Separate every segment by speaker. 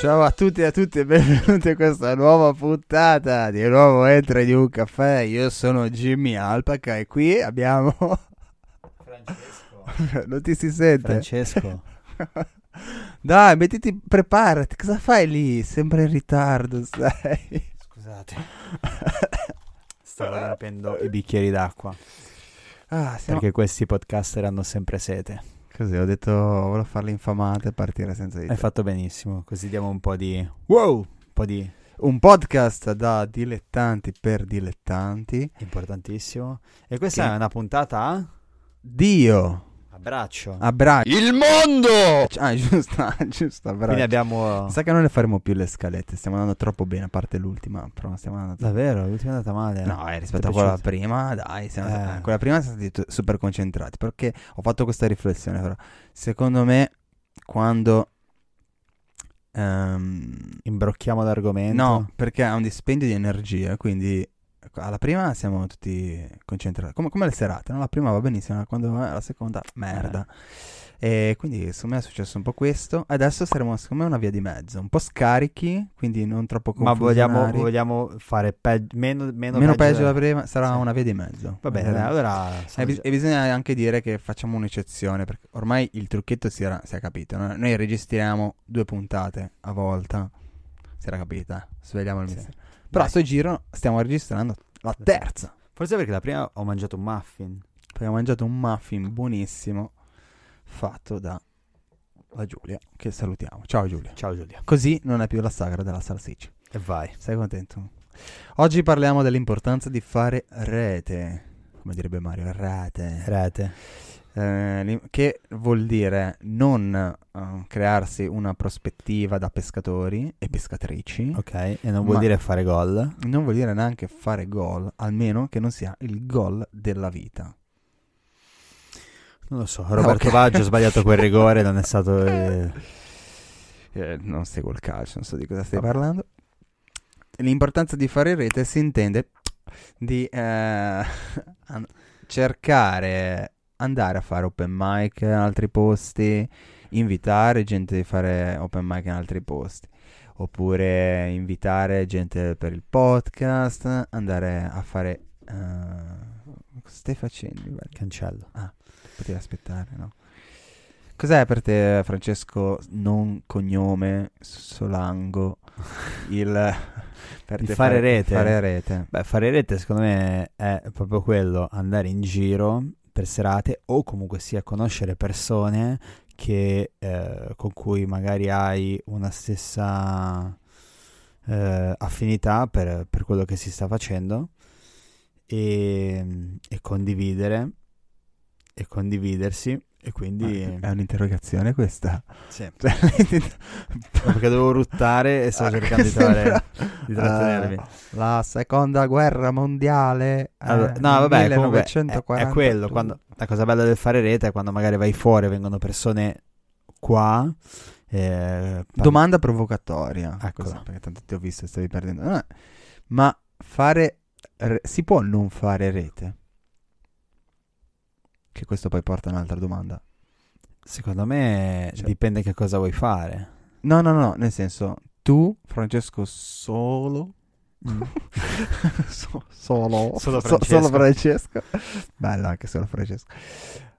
Speaker 1: Ciao a tutti e a tutte e benvenuti a questa nuova puntata di nuovo Entra di un caffè. Io sono Jimmy Alpaca e qui abbiamo... Francesco. non ti si sente?
Speaker 2: Francesco.
Speaker 1: Dai, mettiti, preparati. Cosa fai lì? Sempre in ritardo, sai?
Speaker 2: Scusate. Stavo riempendo i bicchieri d'acqua.
Speaker 1: Ah, siamo...
Speaker 2: Perché questi podcaster hanno sempre sete.
Speaker 1: Così ho detto, volevo farle infamate e partire senza di te.
Speaker 2: Hai fatto benissimo. Così diamo un po' di. Wow! Un po' di.
Speaker 1: Un podcast da dilettanti per dilettanti.
Speaker 2: Importantissimo. E questa
Speaker 1: Che-
Speaker 2: è una puntata a.
Speaker 1: Dio,
Speaker 2: a braccio.
Speaker 1: abbraccio.
Speaker 3: Il mondo!
Speaker 1: Ah, giusto, giusto,
Speaker 2: Quindi
Speaker 1: abbraccio.
Speaker 2: abbiamo.
Speaker 1: Sa che non le faremo più le scalette, stiamo andando troppo bene, a parte l'ultima, però stiamo andando...
Speaker 2: Davvero? L'ultima è andata male.
Speaker 1: No, eh, rispetto
Speaker 2: Ti è
Speaker 1: a quella
Speaker 2: piaciuta?
Speaker 1: prima, dai, siamo
Speaker 2: Eh.
Speaker 1: andati- quella prima siamo stati tu- super concentrati, perché ho fatto questa riflessione, però secondo me quando... ehm,
Speaker 2: Imbrocchiamo l'argomento.
Speaker 1: no, perché ha un dispendio di energia, quindi alla prima siamo tutti concentrati, come, come le serate, no? la prima va benissimo, quando va la seconda, merda.
Speaker 2: Eh.
Speaker 1: E quindi secondo me è successo un po' questo, adesso saremo secondo me una via di mezzo, un po' scarichi, quindi non troppo
Speaker 2: Ma vogliamo,
Speaker 1: confusionari.
Speaker 2: vogliamo fare pe- meno, meno,
Speaker 1: meno peggio della Eh.
Speaker 2: del-
Speaker 1: prima sarà
Speaker 2: Sì.
Speaker 1: una via di mezzo
Speaker 2: Va bene, dai, allora.
Speaker 1: e, bis- e bisogna anche dire che facciamo un'eccezione perché ormai il trucchetto si, era- si è capito no? noi registriamo due puntate a volta si era capita svegliamo il
Speaker 2: Sì.
Speaker 1: mistero però a sto giro stiamo registrando la terza
Speaker 2: Forse perché la prima ho mangiato un muffin.
Speaker 1: perché ho mangiato un muffin buonissimo fatto da da Giulia che salutiamo ciao Giulia
Speaker 2: Ciao Giulia.
Speaker 1: così non è più la sagra della salsiccia
Speaker 2: E vai.
Speaker 1: sei contento? oggi parliamo dell'importanza di fare rete come direbbe Mario rete
Speaker 2: Rete.
Speaker 1: Eh, li- che vuol dire non eh, crearsi una prospettiva da pescatori e pescatrici,
Speaker 2: Ok. E non vuol
Speaker 1: Ma-
Speaker 2: dire fare gol.
Speaker 1: non vuol dire neanche fare gol, almeno che non sia il gol della vita.
Speaker 2: Non lo so, Roberto
Speaker 1: Ah, ok.
Speaker 2: Baggio ha sbagliato quel rigore, non è stato... eh,
Speaker 1: Eh, non seguo il calcio, non so di cosa stai parlando. L'importanza di fare rete si intende di eh, an- cercare, andare a fare open mic in altri posti, invitare gente di fare open mic in altri posti, oppure invitare gente per il podcast, andare a fare... eh, cosa stai facendo? Ah, Guarda,
Speaker 2: Cancello.
Speaker 1: Potevi aspettare, no? Cos'è per te, Francesco, non cognome, solango, il... per
Speaker 2: Di fare rete.
Speaker 1: Fare rete.
Speaker 2: Beh, fare rete secondo me è proprio quello, andare in giro per serate o comunque sia conoscere persone che, eh, con cui magari hai una stessa eh, affinità per, per quello che si sta facendo e, e condividere e condividersi e quindi...
Speaker 1: Ma È un'interrogazione questa?
Speaker 2: Sì.
Speaker 1: Cioè,
Speaker 2: No, perché dovevo ruttare e stavo
Speaker 1: Ah,
Speaker 2: cercando di, trovare-
Speaker 1: sembra-
Speaker 2: di trattenermi.
Speaker 1: Ah, la seconda guerra mondiale.
Speaker 2: Allora,
Speaker 1: eh,
Speaker 2: no, vabbè, comunque è, è
Speaker 1: 1941.
Speaker 2: quello. quando- la cosa bella del fare rete è quando magari vai fuori, vengono persone qua. eh, par-
Speaker 1: Domanda provocatoria.
Speaker 2: Ecco.
Speaker 1: Così, perché tanto ti ho visto e stavi perdendo. No, no. Ma fare... re- si può non fare rete? Che questo poi porta a un'altra domanda.
Speaker 2: Secondo me
Speaker 1: Cioè-
Speaker 2: dipende che cosa vuoi fare.
Speaker 1: No, no, no, nel senso, tu, Francesco Solo,
Speaker 2: Mm.
Speaker 1: So- solo, so-
Speaker 2: Solo Francesco.
Speaker 1: solo Francesco. Bello anche solo Francesco.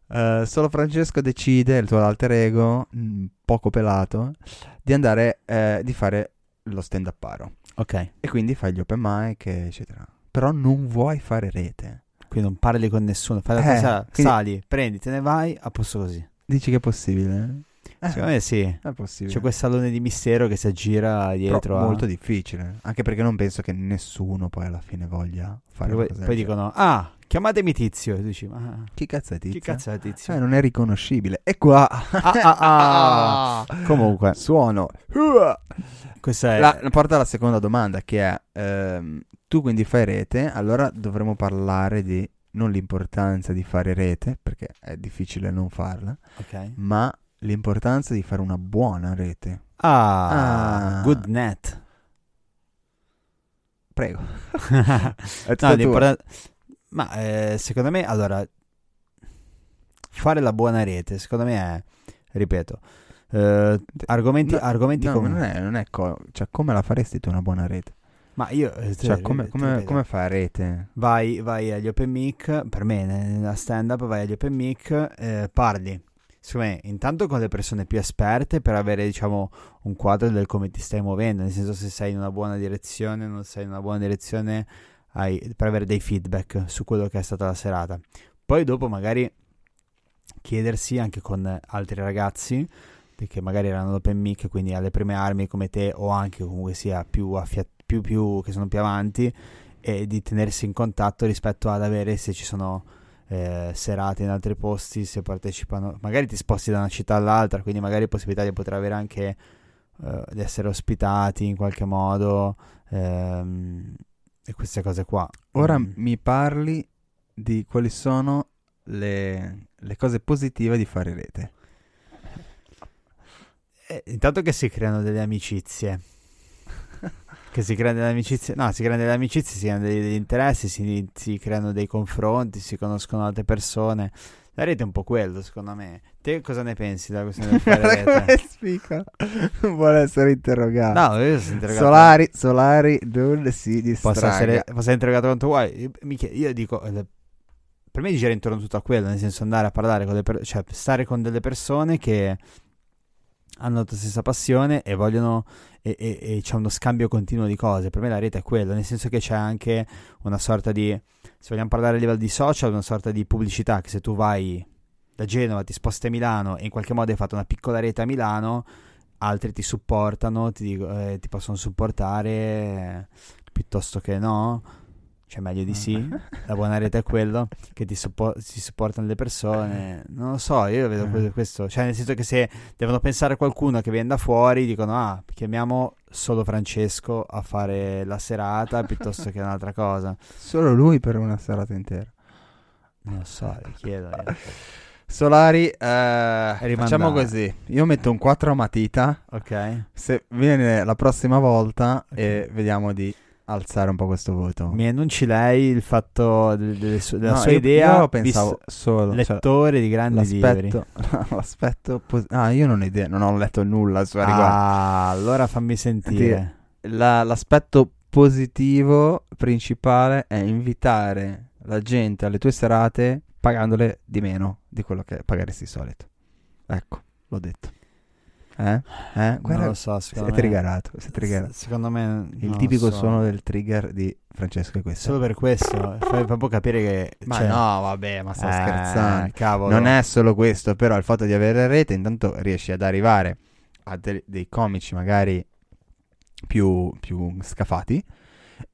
Speaker 1: Eh, solo Francesco decide, il tuo alter ego, mh, poco pelato, di andare, eh, di fare lo stand up paro.
Speaker 2: Ok,
Speaker 1: E quindi fai gli open mic, eccetera. Però non vuoi fare rete.
Speaker 2: quindi non parli con nessuno, fai la
Speaker 1: Eh,
Speaker 2: cosa,
Speaker 1: quindi- Eh.
Speaker 2: sali, prendi, te ne vai, a posto così.
Speaker 1: Dici che è possibile? Eh,
Speaker 2: Secondo me sì.
Speaker 1: è possibile.
Speaker 2: C'è quel salone di mistero che si aggira
Speaker 1: Però
Speaker 2: dietro a...
Speaker 1: molto difficile. Anche perché non penso che nessuno poi alla fine voglia fare
Speaker 2: Perché
Speaker 1: una
Speaker 2: poi,
Speaker 1: cosa del
Speaker 2: poi
Speaker 1: genere.
Speaker 2: dicono, ah, chiamatemi Tizio. E tu dici, ma
Speaker 1: Chi cazzo è Tizio?
Speaker 2: chi cazzo è Tizio?
Speaker 1: Eh, non è riconoscibile. E qua.
Speaker 2: ah, Comunque,
Speaker 1: Suono.
Speaker 2: questa è...
Speaker 1: La, porta alla seconda domanda che è: ehm, tu quindi fai rete, allora dovremmo parlare di non l'importanza di fare rete, perché è difficile non farla,
Speaker 2: Ok.
Speaker 1: ma l'importanza di fare una buona rete.
Speaker 2: Ah,
Speaker 1: Ah.
Speaker 2: good net.
Speaker 1: Prego. È tutta tua.
Speaker 2: No, l'importan- Ma eh, secondo me, allora, fare la buona rete, secondo me è, ripeto, eh, argomenti,
Speaker 1: No,
Speaker 2: argomenti
Speaker 1: no, ma
Speaker 2: comuni.
Speaker 1: non è, non è co- cioè, come la faresti tu una buona rete?
Speaker 2: Ma io... eh, te-
Speaker 1: Cioè, come,
Speaker 2: te-
Speaker 1: come,
Speaker 2: ripeto,
Speaker 1: come fai rete?
Speaker 2: Vai, vai agli open mic, per me nella stand up vai agli open mic, eh, parli. Secondo me, intanto con le persone più esperte per avere, diciamo, un quadro del come ti stai muovendo, nel senso se sei in una buona direzione, non sei in una buona direzione, hai- per avere dei feedback su quello che è stata la serata. Poi dopo magari chiedersi anche con altri ragazzi che magari erano open mic, quindi alle prime armi come te o anche comunque sia più, affia- più, più che sono più avanti, e di tenersi in contatto rispetto ad avere se ci sono eh, serate in altri posti, se partecipano, magari ti sposti da una città all'altra, quindi magari possibilità di poter avere anche eh, di essere ospitati in qualche modo ehm, e queste cose qua.
Speaker 1: Ora
Speaker 2: Mm.
Speaker 1: mi parli di quali sono le, le cose positive di fare rete.
Speaker 2: Eh, intanto che si creano delle amicizie. Che si creano delle amicizie, no, si creano delle amicizie, si creano degli, degli interessi, si, si creano dei confronti, si conoscono altre persone. La rete è un po' quello, secondo me. Te cosa ne pensi della questione del fare
Speaker 1: Guarda
Speaker 2: rete?
Speaker 1: come spica. Non vuole essere interrogato.
Speaker 2: No, io sono interrogato.
Speaker 1: Solari, Solari non si distraga.
Speaker 2: Posso essere, posso essere interrogato quanto vuoi. Io, mi chied- io dico, eh, per me gira intorno tutto a quello, nel senso andare a parlare con le persone, cioè stare con delle persone che hanno la tua stessa passione e vogliono e, e- e c'è uno scambio continuo di cose. Per me la rete è quello, nel senso che c'è anche una sorta di, se vogliamo parlare a livello di social, una sorta di pubblicità che se tu vai da Genova, ti sposti a Milano e in qualche modo hai fatto una piccola rete a Milano, altri ti supportano, ti, dico- eh, ti possono supportare eh, piuttosto che no. Cioè meglio di sì, la buona rete è quello che ti, suppo- si supportano le persone. Non lo so, io vedo que- questo. Cioè, nel senso che se devono pensare a qualcuno che viene da fuori, dicono: Ah, chiamiamo solo Francesco a fare la serata piuttosto che un'altra cosa.
Speaker 1: Solo lui per una serata intera.
Speaker 2: Non lo so,
Speaker 1: Eh.
Speaker 2: vi chiedo. io.
Speaker 1: Solari, eh,
Speaker 2: Rimandare.
Speaker 1: facciamo così. Io metto un 4 a matita.
Speaker 2: Ok.
Speaker 1: Se viene la prossima volta e vediamo di alzare un po' questo voto.
Speaker 2: Mi annunci lei il fatto del- del suo- della
Speaker 1: No,
Speaker 2: sua
Speaker 1: io-
Speaker 2: idea,
Speaker 1: Io pensavo
Speaker 2: visto-
Speaker 1: solo... cioè,
Speaker 2: lettore di grandi libri.
Speaker 1: L'aspetto, l'aspetto pos- ah, io non ho idea, non ho letto nulla su a riguardo.
Speaker 2: Ah, allora fammi sentire.
Speaker 1: La- l'aspetto positivo principale è invitare la gente alle tue serate pagandole di meno di quello che pagheresti di solito. Ecco, l'ho detto. Eh? Eh?
Speaker 2: non
Speaker 1: Guarda,
Speaker 2: lo so,
Speaker 1: sei
Speaker 2: secondo me.
Speaker 1: triggerato, sei triggerato.
Speaker 2: S- Secondo me
Speaker 1: Il
Speaker 2: non
Speaker 1: tipico
Speaker 2: lo so.
Speaker 1: suono del trigger di Francesco è questo.
Speaker 2: Solo per questo fai proprio capire che
Speaker 1: Ma
Speaker 2: cioè,
Speaker 1: no, vabbè, ma sta
Speaker 2: eh,
Speaker 1: scherzando.
Speaker 2: Cavolo.
Speaker 1: Non è solo questo, però il fatto di avere rete, intanto riesci ad arrivare a de- dei comici magari più, più scafati.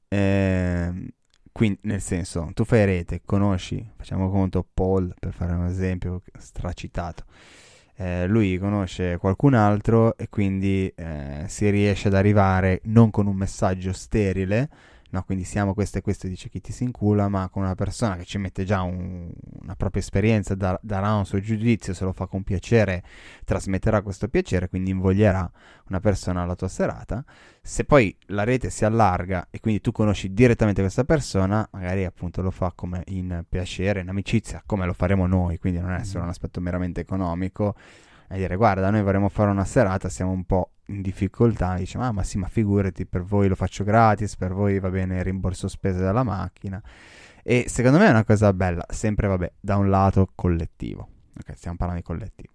Speaker 1: Ehm, quindi, nel senso, tu fai rete, conosci, facciamo conto, Paul, per fare un esempio stracitato. Eh, lui conosce qualcun altro e quindi eh, si riesce ad arrivare non con un messaggio sterile, No, quindi siamo questo e questo dice chi ti si incula, ma con una persona che ci mette già un- una propria esperienza, da- darà un suo giudizio, se lo fa con piacere, trasmetterà questo piacere, quindi invoglierà una persona alla tua serata. Se poi la rete si allarga e quindi tu conosci direttamente questa persona, magari appunto lo fa come in piacere, in amicizia, come lo faremo noi, quindi non è solo un aspetto meramente economico, e dire guarda noi vorremmo fare una serata, siamo un po' in difficoltà, dice "Ah, ma, ma sì ma figurati per voi lo faccio gratis, per voi va bene il rimborso spese della macchina e secondo me è una cosa bella, sempre vabbè da un lato collettivo, ok stiamo parlando di collettivo.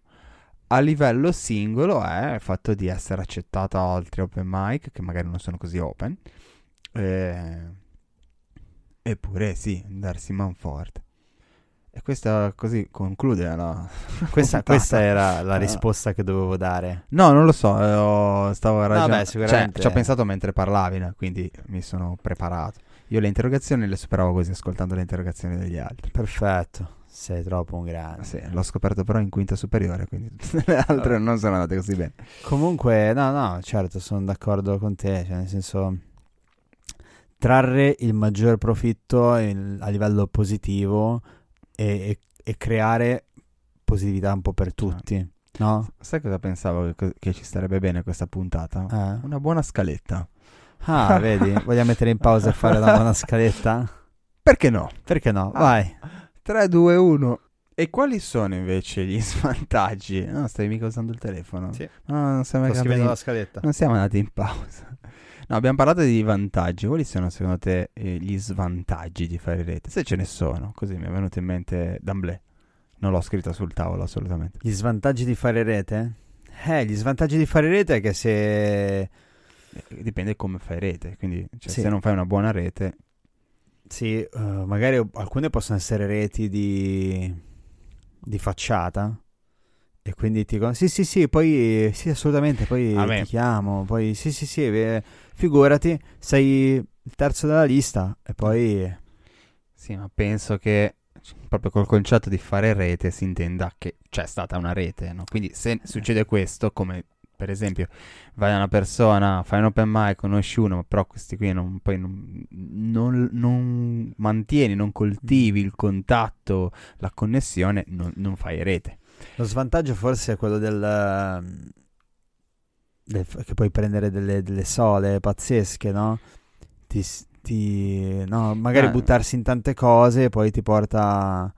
Speaker 1: A livello singolo è il fatto di essere accettato a altri open mic che magari non sono così open. Eh, Eppure sì, darsi manforte. E questa così conclude la
Speaker 2: Questa,
Speaker 1: puntata.
Speaker 2: questa era la
Speaker 1: Ah.
Speaker 2: risposta che dovevo dare.
Speaker 1: No, non lo so, eh, ho- stavo ragionando.
Speaker 2: beh, sicuramente-
Speaker 1: Cioè, ci ho pensato mentre parlavi, no? quindi mi sono preparato. Io le interrogazioni le superavo così, ascoltando le interrogazioni degli altri.
Speaker 2: Perfetto, sei troppo un grande.
Speaker 1: Sì, l'ho scoperto però in quinta superiore, quindi tutte le altre non sono andate così bene.
Speaker 2: Comunque, no, no, certo, sono d'accordo con te, cioè nel senso trarre il maggior profitto in- a livello positivo e, e- e creare positività un po' per tutti, no?
Speaker 1: Sai cosa pensavo che, che ci starebbe bene questa puntata?
Speaker 2: Eh.
Speaker 1: Una buona scaletta.
Speaker 2: Ah, vedi, vogliamo mettere in pausa e fare una buona scaletta?
Speaker 1: Perché no?
Speaker 2: Perché no?
Speaker 1: Ah.
Speaker 2: Vai.
Speaker 1: 3, 2, 1. E quali sono invece gli svantaggi? No, stai mica usando il telefono.
Speaker 2: Sì.
Speaker 1: No, non siamo mica andati-
Speaker 2: scaletta.
Speaker 1: non siamo andati in pausa. No, abbiamo parlato di vantaggi. Quali sono secondo te eh, gli svantaggi di fare rete? Se ce ne sono, così mi è venuto in mente D'Amblè. Non l'ho scritta sul tavolo assolutamente.
Speaker 2: Gli svantaggi di fare rete? Eh, gli svantaggi di fare rete è che se
Speaker 1: Eh, Dipende come fai rete, quindi cioè,
Speaker 2: Sì.
Speaker 1: se non fai una buona rete,
Speaker 2: Sì, eh, magari alcune possono essere reti di, di facciata e quindi ti dicono sì sì sì, poi sì assolutamente, poi
Speaker 1: A me.
Speaker 2: ti chiamo, poi sì sì sì, eh, figurati, sei il terzo della lista e poi
Speaker 1: Mm. Sì, ma penso che c- proprio col concetto di fare rete si intenda che c'è stata una rete, no? Quindi
Speaker 2: Eh.
Speaker 1: se succede questo, come per esempio vai da una persona, fai un open mic, conosci uno, però questi qui non, poi non, non- non mantieni, non coltivi
Speaker 2: Mm.
Speaker 1: il contatto, la connessione, non, non fai rete.
Speaker 2: lo svantaggio forse è quello del, ehm, del f- che puoi prendere delle, delle sole pazzesche, no? Ti, s- ti- no, magari
Speaker 1: Eh.
Speaker 2: buttarsi in tante cose e poi ti porta...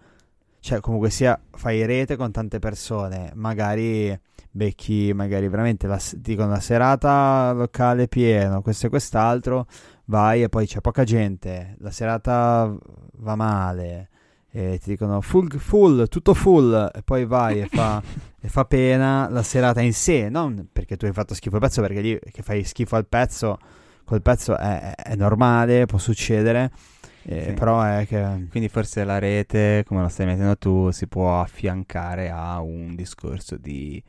Speaker 2: Cioè, comunque sia, fai rete con tante persone, magari becchi, magari veramente, la, s- dicono la serata locale pieno, questo e quest'altro, vai e poi c'è poca gente, la serata va male, e ti dicono full, full, tutto full, e poi vai e fa, e fa pena la serata in sé, non perché tu hai fatto schifo al pezzo, perché lì che fai schifo al pezzo, col pezzo è, è- è normale, può succedere, eh,
Speaker 1: Sì.
Speaker 2: però è che...
Speaker 1: Quindi forse la rete, come la stai mettendo tu, si può affiancare a un discorso di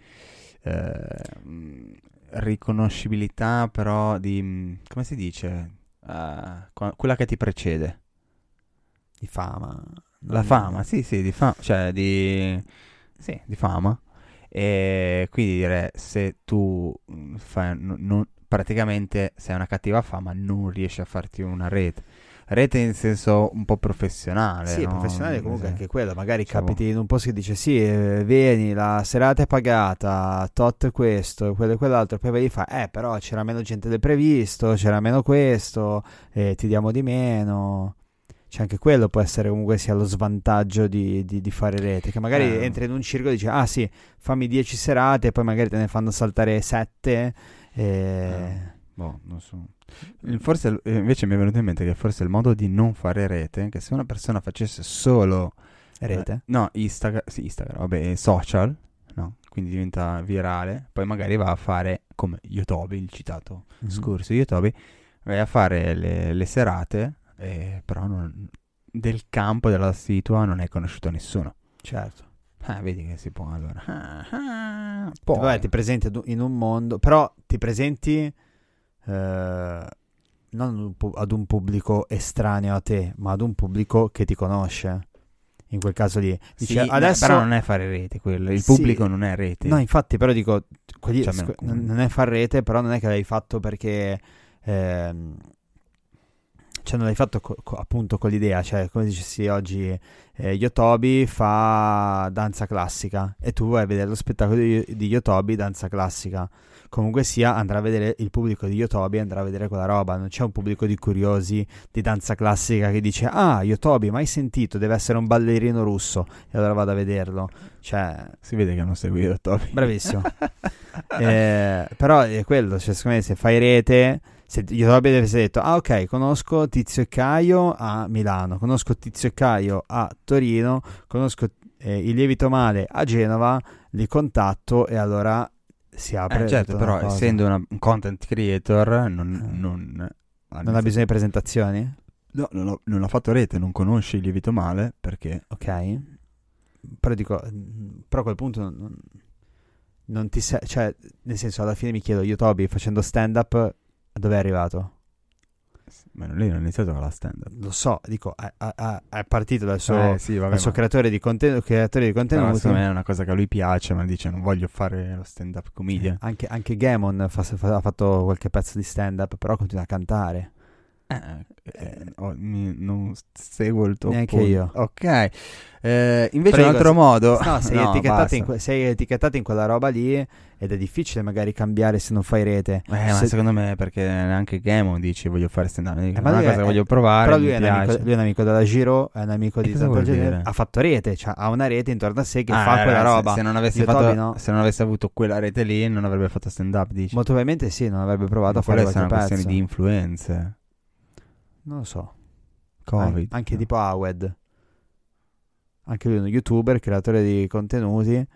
Speaker 1: eh, mh, riconoscibilità, però di... mh, come si dice? Eh, qua- quella che ti precede.
Speaker 2: di fama.
Speaker 1: La fama, sì, sì, di fama, cioè di... sì, di fama. E quindi dire, Cioè, se tu mh, fai, non- non- praticamente sei una cattiva fama, non riesci a farti una rete. Rete in senso un po' professionale.
Speaker 2: Sì,
Speaker 1: no?
Speaker 2: professionale comunque
Speaker 1: Sì.
Speaker 2: anche quello, magari
Speaker 1: Cioè,
Speaker 2: capiti in un posto che dice sì, eh, vieni, la serata è pagata, tot questo, quello e quell'altro, poi vai lì e fa, eh però c'era meno gente del previsto, c'era meno questo, eh, ti diamo di meno. Cioè anche quello può essere comunque sia lo svantaggio di, di- di fare rete, che magari
Speaker 1: Eh.
Speaker 2: entri in un circo e dici ah sì, fammi 10 serate, poi magari te ne fanno saltare 7. eh.
Speaker 1: Boh, non so. Il- Forse eh, invece mi è venuto in mente che forse il modo di non fare rete, che se una persona facesse solo eh,
Speaker 2: Rete?
Speaker 1: no, Instagram, sì, Instagram, vabbè, social, no? Quindi diventa virale, poi magari va a fare come Yotobi, il citato
Speaker 2: Mhm.
Speaker 1: scorso Yotobi, vai a fare le, le serate, eh, però non- del campo della situa non è conosciuto nessuno.
Speaker 2: Certo.
Speaker 1: Ah, vedi che si può allora. Ah, ah,
Speaker 2: Ti-
Speaker 1: poi-
Speaker 2: Vabbè, ti presenti ad un- in un mondo, però ti presenti eh, non ad un pu- ad un pubblico estraneo a te, ma ad un pubblico che ti conosce. In quel caso lì,
Speaker 1: Sì,
Speaker 2: dici,
Speaker 1: no,
Speaker 2: adesso
Speaker 1: però non è fare rete quello, il
Speaker 2: Sì.
Speaker 1: pubblico non è rete.
Speaker 2: No, infatti, però dico, quelli-
Speaker 1: Cioè, almeno-
Speaker 2: scu- non non è far rete, però non è che l'hai fatto perché... ehm, cioè, se non l'hai fatto co- co- appunto con l'idea, cioè come dicessi oggi eh, Yotobi fa danza classica e tu vai a vedere lo spettacolo di, di Yotobi danza classica, comunque sia andrà a vedere il pubblico di Yotobi andrà a vedere quella roba, non c'è un pubblico di curiosi di danza classica che dice ah Yotobi mai sentito, deve essere un ballerino russo e allora vado a vederlo, cioè
Speaker 1: Si vede che non segui Toby.
Speaker 2: Bravissimo. Eh, però è quello, cioè, secondo me se fai rete, se Yotobi deve essere detto, ah ok, conosco Tizio e Caio a Milano, conosco Tizio e Caio a Torino, conosco eh, il lievito male a Genova, li contatto e allora si apre.
Speaker 1: Eh, certo,
Speaker 2: tutta una
Speaker 1: però
Speaker 2: cosa.
Speaker 1: essendo una- un content creator non,
Speaker 2: Eh.
Speaker 1: non,
Speaker 2: Non ha bisogno di presentazioni?
Speaker 1: No, non, ho, non ho fatto rete, non conosci il lievito male perché
Speaker 2: Ok. Però dico, mm, però a quel punto non, non- non ti sei, cioè, nel senso, alla fine mi chiedo, Yotobi facendo stand up, dove è arrivato?
Speaker 1: ma non- lei non ha iniziato con la stand up.
Speaker 2: lo so, dico, è, è- è partito dal suo,
Speaker 1: Eh, sì, vabbè,
Speaker 2: dal suo
Speaker 1: ma-
Speaker 2: creatore di, conten- creatore di
Speaker 1: però
Speaker 2: contenuti.
Speaker 1: secondo me è una cosa che a lui piace, ma dice non voglio fare lo stand up comedian.
Speaker 2: Anche, anche Gamon fa- fa- ha fatto qualche pezzo di stand up, però continua a cantare.
Speaker 1: Eh, eh, ho- mi- non seguo il tuo
Speaker 2: Neanche
Speaker 1: punto.
Speaker 2: io.
Speaker 1: Ok. Eh, invece
Speaker 2: Prego,
Speaker 1: un altro
Speaker 2: se-
Speaker 1: modo.
Speaker 2: No, sei, etichettato
Speaker 1: Oh, basta.
Speaker 2: in que- sei etichettato in quella roba lì ed è difficile magari cambiare se non fai rete.
Speaker 1: Eh, ma
Speaker 2: Se-
Speaker 1: secondo me è perché neanche Gamon dice voglio fare stand up,
Speaker 2: Eh,
Speaker 1: è
Speaker 2: ma
Speaker 1: una
Speaker 2: lui
Speaker 1: cosa
Speaker 2: è-
Speaker 1: che voglio provare,
Speaker 2: Però lui
Speaker 1: mi
Speaker 2: è, un amico,
Speaker 1: piace.
Speaker 2: lui è un amico della Giro, è un amico di
Speaker 1: cosa
Speaker 2: tanta
Speaker 1: vuol
Speaker 2: gente,
Speaker 1: dire?
Speaker 2: ha fatto rete, cioè ha una rete intorno a sé che
Speaker 1: Ah,
Speaker 2: fa quella
Speaker 1: allora, se-
Speaker 2: roba.
Speaker 1: Se, non avessi
Speaker 2: Io
Speaker 1: fatto-
Speaker 2: Toby no.
Speaker 1: se non avessi avuto quella rete lì, non avrebbe fatto stand up. Dici.
Speaker 2: Molto probabilmente sì, non avrebbe provato
Speaker 1: Ma
Speaker 2: a fare
Speaker 1: quella è una
Speaker 2: qualche
Speaker 1: questione
Speaker 2: pezzo.
Speaker 1: di influenze.
Speaker 2: Non lo so.
Speaker 1: Covid.
Speaker 2: An- anche tipo Awed. Anche lui è uno youtuber, creatore di contenuti e,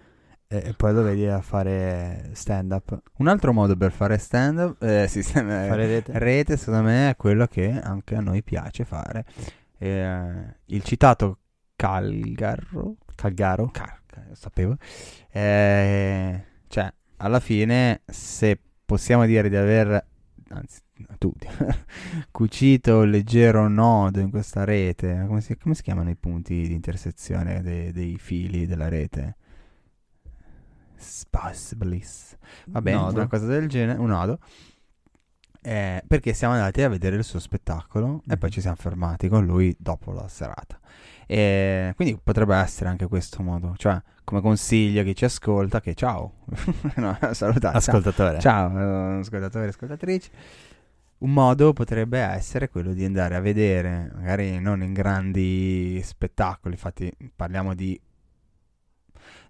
Speaker 2: e poi lo vedi a fare stand up,
Speaker 1: Un altro modo per fare stand up, eh, sì, stand- eh,
Speaker 2: fare rete.
Speaker 1: rete, secondo me, è quello che anche a noi piace fare. Eh, il citato Calgarro.
Speaker 2: Calgaro.
Speaker 1: Car- car- lo sapevo. Eh, cioè, alla fine, se possiamo dire di aver, anzi, tu, di aver cucito un leggero nodo in questa rete, come si, come si chiamano i punti di intersezione dei, dei fili della rete? Spice bliss. Vabbè,
Speaker 2: Nodo.
Speaker 1: una cosa del genere, un nodo. Eh, perché siamo andati a vedere il suo spettacolo e poi
Speaker 2: Mhm.
Speaker 1: ci siamo fermati con lui dopo la serata. E quindi potrebbe essere anche questo modo, cioè come consiglio a chi ci ascolta che ciao, no, salutate.
Speaker 2: Ascoltatore.
Speaker 1: Ciao, eh, ascoltatori e ascoltatrici. Un modo potrebbe essere quello di andare a vedere, magari non in grandi spettacoli, infatti parliamo di...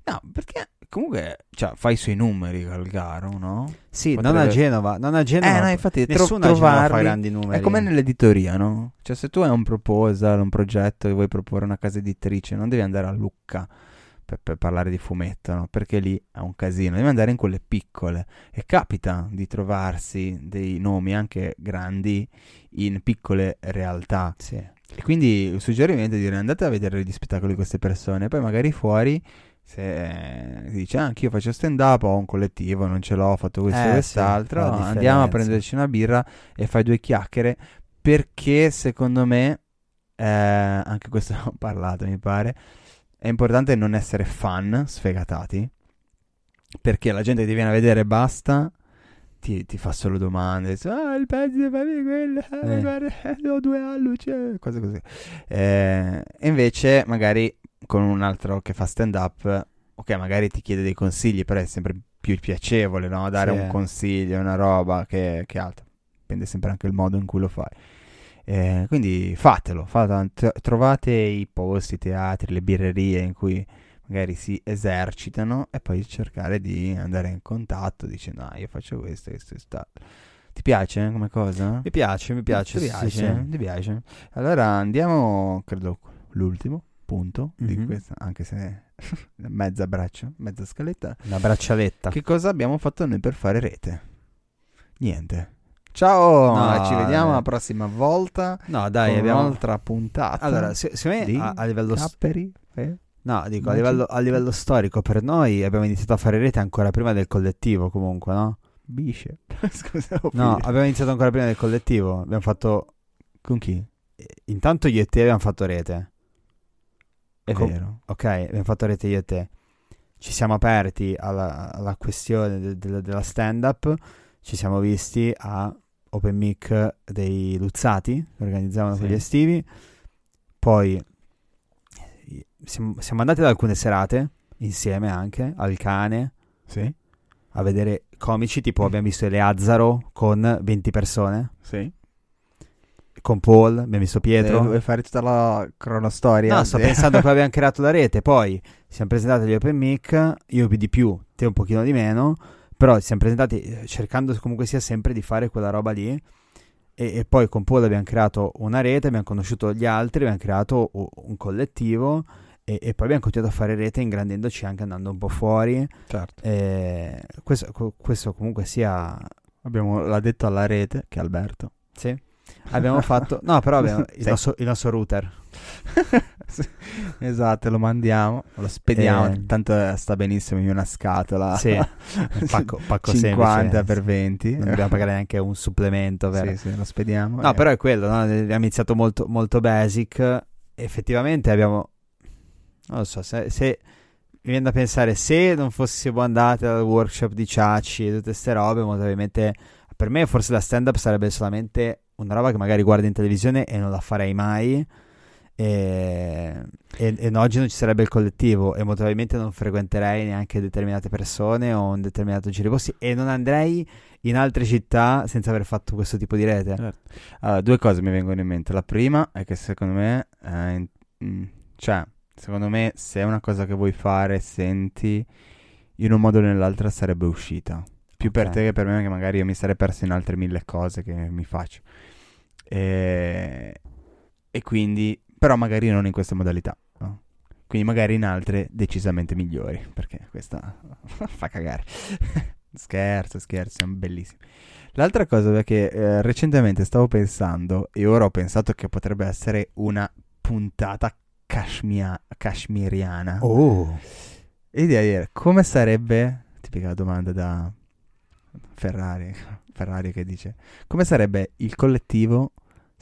Speaker 1: No, perché comunque cioè, fai i suoi numeri Calgaro, no?
Speaker 2: Sì, non a
Speaker 1: Potrebbe-
Speaker 2: Genova, non a Genova.
Speaker 1: eh no, infatti tro-
Speaker 2: nessuno a Genova fa
Speaker 1: trovarli...
Speaker 2: grandi
Speaker 1: È
Speaker 2: numeri.
Speaker 1: come nell'editoria, no? Cioè, se tu hai un proposal, un progetto e vuoi proporre una casa editrice, non devi andare a Lucca per, per parlare di fumetto, no? Perché lì è un casino, devi andare in quelle piccole. E capita di trovarsi dei nomi anche grandi in piccole realtà.
Speaker 2: Sì.
Speaker 1: E quindi il suggerimento è dire andate a vedere gli spettacoli di queste persone, poi magari fuori se eh, si dice anche io faccio stand up, ho un collettivo, non ce l'ho, ho fatto questo e
Speaker 2: Eh, sì,
Speaker 1: quest'altro,
Speaker 2: la
Speaker 1: andiamo a
Speaker 2: differenza.
Speaker 1: prenderci una birra e fai due chiacchiere perché secondo me, eh, anche questo ho parlato mi pare, è importante non essere fan, sfegatati, perché la gente che ti viene a vedere e basta ti, ti fa solo domande dice, ah il pezzo fa di quello ah,
Speaker 2: Eh.
Speaker 1: guarda, eh, ho due alluci eh", cose così Eh, e invece magari con un altro che fa stand up ok magari ti chiede dei consigli però è sempre più piacevole no? dare
Speaker 2: Sì.
Speaker 1: un consiglio una roba che, che altro dipende sempre anche il modo in cui lo fai Eh, quindi fatelo, fatelo. Tro- trovate i posti, i teatri, le birrerie in cui magari si esercitano e poi cercare di andare in contatto dicendo ah io faccio questo, questo, questo. Ti piace come cosa?
Speaker 2: Mi piace, mi piace.
Speaker 1: Ti
Speaker 2: sì,
Speaker 1: piace?
Speaker 2: sì.
Speaker 1: Ti piace? Allora andiamo, credo, l'ultimo punto di
Speaker 2: Mhm.
Speaker 1: questa, anche se mezza braccia, mezza scaletta.
Speaker 2: Una braccialetta.
Speaker 1: Che cosa abbiamo fatto noi per fare rete? Niente. Ciao,
Speaker 2: No,
Speaker 1: ci vediamo
Speaker 2: eh.
Speaker 1: la prossima volta.
Speaker 2: No, dai,
Speaker 1: con
Speaker 2: abbiamo
Speaker 1: un'altra puntata.
Speaker 2: Allora, se- secondo
Speaker 1: di
Speaker 2: me a, a livello s-
Speaker 1: Capperi, eh?
Speaker 2: No, dico,
Speaker 1: Immagini-
Speaker 2: a livello, a livello storico per noi abbiamo iniziato a fare rete ancora prima del collettivo comunque, no?
Speaker 1: Bisce. Scusa, ho
Speaker 2: No,
Speaker 1: finito.
Speaker 2: abbiamo iniziato ancora prima del collettivo. Abbiamo fatto.
Speaker 1: con chi?
Speaker 2: eh, Intanto io e te abbiamo fatto rete.
Speaker 1: È
Speaker 2: Co-
Speaker 1: vero.
Speaker 2: Ok, abbiamo fatto rete io e te. Ci siamo aperti alla, alla questione de- de- della stand up. Ci siamo visti a open mic dei Luzzati, che organizzavano
Speaker 1: Sì.
Speaker 2: quegli estivi. Poi eh, siamo, siamo andati ad alcune serate, insieme anche, al cane,
Speaker 1: Sì.
Speaker 2: a vedere comici, tipo abbiamo visto Eleazzaro con 20 persone,
Speaker 1: Sì.
Speaker 2: con Paul, abbiamo visto
Speaker 1: Pietro.
Speaker 2: Pietro.
Speaker 1: Vuoi fare tutta la cronostoria?
Speaker 2: No, sto
Speaker 1: Sì.
Speaker 2: pensando che abbiamo creato la rete. Poi siamo presentati agli open mic, io di più, te un pochino di meno. Però ci siamo presentati eh, cercando comunque sia sempre di fare quella roba lì. E, e poi con Paul abbiamo creato una rete, abbiamo conosciuto gli altri, abbiamo creato u- un collettivo. E, e poi abbiamo continuato a fare rete ingrandendoci anche andando un po' fuori.
Speaker 1: Certo.
Speaker 2: E questo, co- questo comunque sia.
Speaker 1: Abbiamo, l'ha detto alla rete, che è Alberto.
Speaker 2: Sì. Abbiamo fatto. No, però abbiamo il,
Speaker 1: Sì.
Speaker 2: nostro, il nostro router.
Speaker 1: Sì, esatto, lo mandiamo, lo spediamo,
Speaker 2: Eh.
Speaker 1: tanto eh, sta benissimo in una scatola.
Speaker 2: Sì, un pacco, pacco
Speaker 1: 50
Speaker 2: semplice.
Speaker 1: per 20.
Speaker 2: non dobbiamo pagare neanche un supplemento, vero?
Speaker 1: Sì, sì, lo spediamo.
Speaker 2: No,
Speaker 1: Eh,
Speaker 2: però è quello, no? abbiamo iniziato molto, molto basic. Effettivamente abbiamo... Non lo so, se, se- mi viene da pensare, se non fossimo andati al workshop di Ciacci e tutte queste robe, molto probabilmente per me forse la stand-up sarebbe solamente una roba che magari guardo in televisione e non la farei mai. E, e- e oggi non ci sarebbe il collettivo e molto probabilmente non frequenterei neanche determinate persone o un determinato giro di posti e non andrei in altre città senza aver fatto questo tipo di rete.
Speaker 1: Certo. Allora, due cose mi vengono in mente. La prima è che secondo me, eh, in- mm, cioè, secondo me se è una cosa che vuoi fare, senti, in un modo o nell'altro sarebbe uscita. Più per
Speaker 2: Ok.
Speaker 1: te che per me, che magari io mi sarei perso in altre mille cose che mi faccio. E, e quindi, però magari non in queste modalità. no? Quindi magari in altre decisamente migliori, perché questa fa cagare. scherzo, scherzo, siamo bellissimi. L'altra cosa è che eh, recentemente stavo pensando, e ora ho pensato che potrebbe essere una puntata kashmia- kashmiriana.
Speaker 2: Oh,
Speaker 1: E di dire, come sarebbe, tipica domanda da Ferrari, Ferrari che dice, come sarebbe il collettivo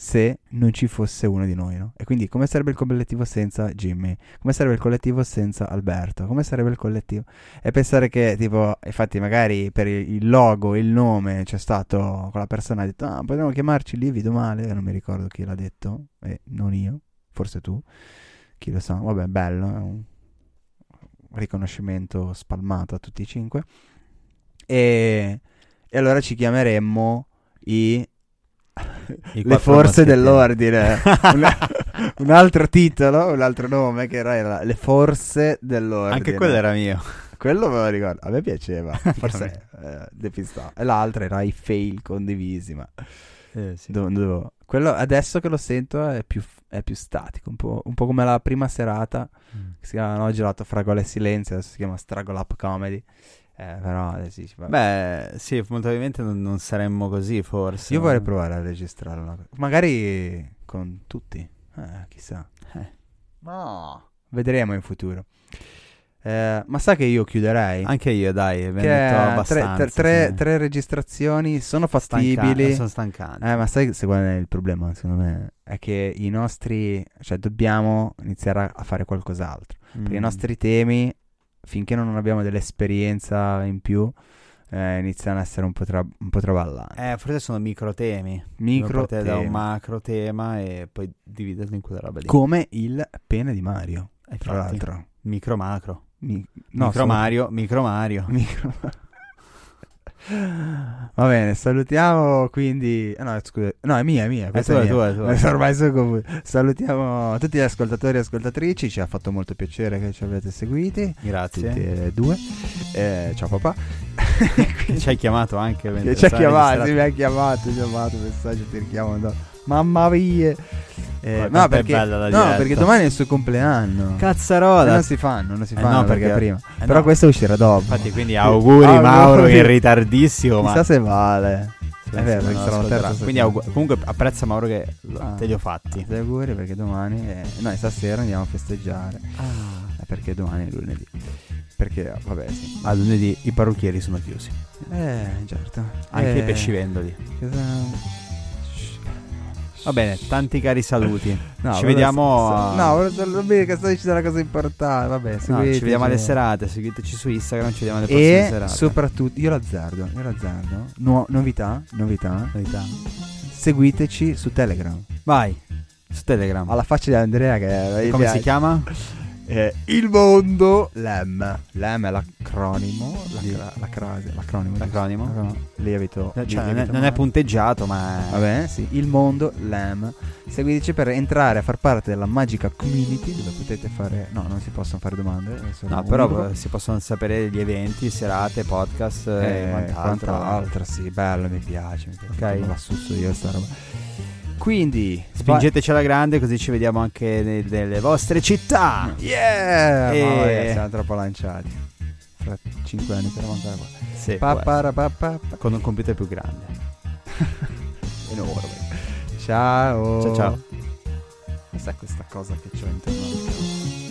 Speaker 1: se non ci fosse uno di noi, no? E quindi come sarebbe il collettivo senza Jimmy? Come sarebbe il collettivo senza Alberto? Come sarebbe il collettivo? E pensare che, tipo, infatti magari per il il logo, il nome, c'è stato quella persona che ha detto, ah, potremmo chiamarci Livido Male, non mi ricordo chi l'ha detto, e non io, forse tu, chi lo sa, vabbè, bello, è un riconoscimento spalmato a tutti e cinque. E, e allora ci chiameremmo i, le forze dell'ordine. eh. Una- un altro titolo, un altro nome che era, era Le forze dell'ordine.
Speaker 2: Anche quello era mio.
Speaker 1: Quello me lo ricordo, a me piaceva, forse
Speaker 2: Anche
Speaker 1: eh, depistava. E l'altra era i fail condivisi, ma
Speaker 2: Eh,
Speaker 1: dove- dovevo- quello adesso che lo sento è più, è più statico, un po', un po' come la prima serata che si chiamava no, girato Fragola e Silenzio, adesso si chiama Struggle Up Comedy. Eh, però eh, sì, ci va-
Speaker 2: Beh, sì, molto probabilmente non, non saremmo così, forse.
Speaker 1: io vorrei provare a registrare una cosa. Magari con tutti, eh, chissà.
Speaker 2: Eh.
Speaker 1: No, vedremo in futuro. Eh, ma sa che io chiuderei?
Speaker 2: Anche io, dai, abbiamo
Speaker 1: Che
Speaker 2: detto
Speaker 1: tre-
Speaker 2: abbastanza.
Speaker 1: tre, tre-
Speaker 2: sì.
Speaker 1: tre registrazioni sono
Speaker 2: Stanca-
Speaker 1: fattibili.
Speaker 2: sono stancanti.
Speaker 1: Eh, ma sai se qual è il problema, secondo me? È che i nostri, cioè dobbiamo iniziare a- a fare qualcos'altro. Perché i
Speaker 2: Mm.
Speaker 1: nostri temi, finché non abbiamo dell'esperienza in più, eh, iniziano a essere un po', tra- un po traballanti.
Speaker 2: Eh, forse sono micro temi.
Speaker 1: Micro
Speaker 2: Partire da un
Speaker 1: temi.
Speaker 2: macro tema e poi dividerlo in quella roba lì.
Speaker 1: come il pene di Mario,
Speaker 2: Eh, infatti.
Speaker 1: tra l'altro.
Speaker 2: Micro macro.
Speaker 1: Mi-
Speaker 2: micro
Speaker 1: solo-
Speaker 2: Mario, micro Mario.
Speaker 1: Micro- Va bene, salutiamo quindi. ah, No, scusa, no, è mia, è mia.
Speaker 2: È
Speaker 1: questa
Speaker 2: tua,
Speaker 1: è
Speaker 2: è
Speaker 1: mia.
Speaker 2: tua, è tua.
Speaker 1: Ormai sono confuso. Salutiamo tutti gli ascoltatori e ascoltatrici. Ci ha fatto molto piacere che ci avete seguiti.
Speaker 2: Grazie.
Speaker 1: Tutti e due. Eh, ciao papà.
Speaker 2: Ci hai chiamato anche. mentre
Speaker 1: ci ha
Speaker 2: stavi
Speaker 1: chiamato, sì,
Speaker 2: distratto.
Speaker 1: mi ha chiamato, ci ha mandato un messaggio, ti richiamo. no. Mamma mia. Eh,
Speaker 2: Guarda,
Speaker 1: no,
Speaker 2: quanto è
Speaker 1: perché,
Speaker 2: bella la
Speaker 1: no,
Speaker 2: diretta.
Speaker 1: perché domani è il suo compleanno. Eh,
Speaker 2: Cazzarola.
Speaker 1: non si fanno, non si
Speaker 2: Eh,
Speaker 1: fanno
Speaker 2: no,
Speaker 1: perché,
Speaker 2: perché-
Speaker 1: prima.
Speaker 2: Eh,
Speaker 1: Però
Speaker 2: no.
Speaker 1: questo uscirà dopo.
Speaker 2: Infatti, quindi auguri
Speaker 1: Auguri.
Speaker 2: Mauro in ritardissimo. Ma
Speaker 1: Chissà se vale. È
Speaker 2: Non
Speaker 1: vero,
Speaker 2: lo
Speaker 1: ci sarà la
Speaker 2: ascolterà.
Speaker 1: terza.
Speaker 2: Quindi augu- comunque apprezza Mauro che lo-
Speaker 1: Ah.
Speaker 2: te li ho fatti.
Speaker 1: Ti auguri perché domani. È... No, stasera andiamo a festeggiare. Eh, Perché domani è lunedì. Perché, vabbè, sì.
Speaker 2: A lunedì i parrucchieri sono chiusi.
Speaker 1: Eh, certo.
Speaker 2: Anche
Speaker 1: Eh,
Speaker 2: i pescivendoli.
Speaker 1: cosa- Shh.
Speaker 2: Va bene, tanti cari saluti.
Speaker 1: No,
Speaker 2: ci
Speaker 1: volevo-
Speaker 2: vediamo.
Speaker 1: s- No, volevo solo dire che sto dicendo la cosa importante. Vabbè,
Speaker 2: No,
Speaker 1: seguiteci.
Speaker 2: ci vediamo alle serate, seguiteci su Instagram, ci vediamo alle prossime
Speaker 1: E
Speaker 2: serate.
Speaker 1: soprattutto, io l'azzardo, io l'azzardo. Nuo- novità, novità.
Speaker 2: Novità.
Speaker 1: Seguiteci su Telegram.
Speaker 2: Vai su Telegram.
Speaker 1: Alla faccia di Andrea che
Speaker 2: E Come si chiama?
Speaker 1: Eh, il mondo l'M. L'M è l'acronimo. La,
Speaker 2: Di-
Speaker 1: cra- la crase, l'acronimo. giusto?
Speaker 2: L'acronimo.
Speaker 1: L'acronimo. Lievito.
Speaker 2: Cioè,
Speaker 1: li-
Speaker 2: non, è,
Speaker 1: lievito
Speaker 2: non è
Speaker 1: male.
Speaker 2: punteggiato, ma è-
Speaker 1: Vabbè, sì, il mondo, l'EM. Seguiteci per entrare a far parte della magica community dove potete fare... No, non si possono fare domande. è solo
Speaker 2: No,
Speaker 1: un
Speaker 2: però
Speaker 1: libro.
Speaker 2: eh, si possono sapere gli eventi, serate, podcast
Speaker 1: Eh,
Speaker 2: e quant'altro.
Speaker 1: quant'altro, sì, bello, mi piace. Mi piace
Speaker 2: Ok.
Speaker 1: me la susso io sta roba. Quindi...
Speaker 2: Spingeteci alla grande così ci vediamo anche ne- nelle vostre città.
Speaker 1: Yeah!
Speaker 2: Eh.
Speaker 1: Mamma mia, siamo troppo lanciati. Fra 5 anni saremo ancora qua.
Speaker 2: Sì, può essere.
Speaker 1: Paparapapapa.
Speaker 2: con un computer più grande.
Speaker 1: enorme. Ciao.
Speaker 2: Ciao ciao.
Speaker 1: Oh. Cos'è questa cosa che c'ho intorno al capo?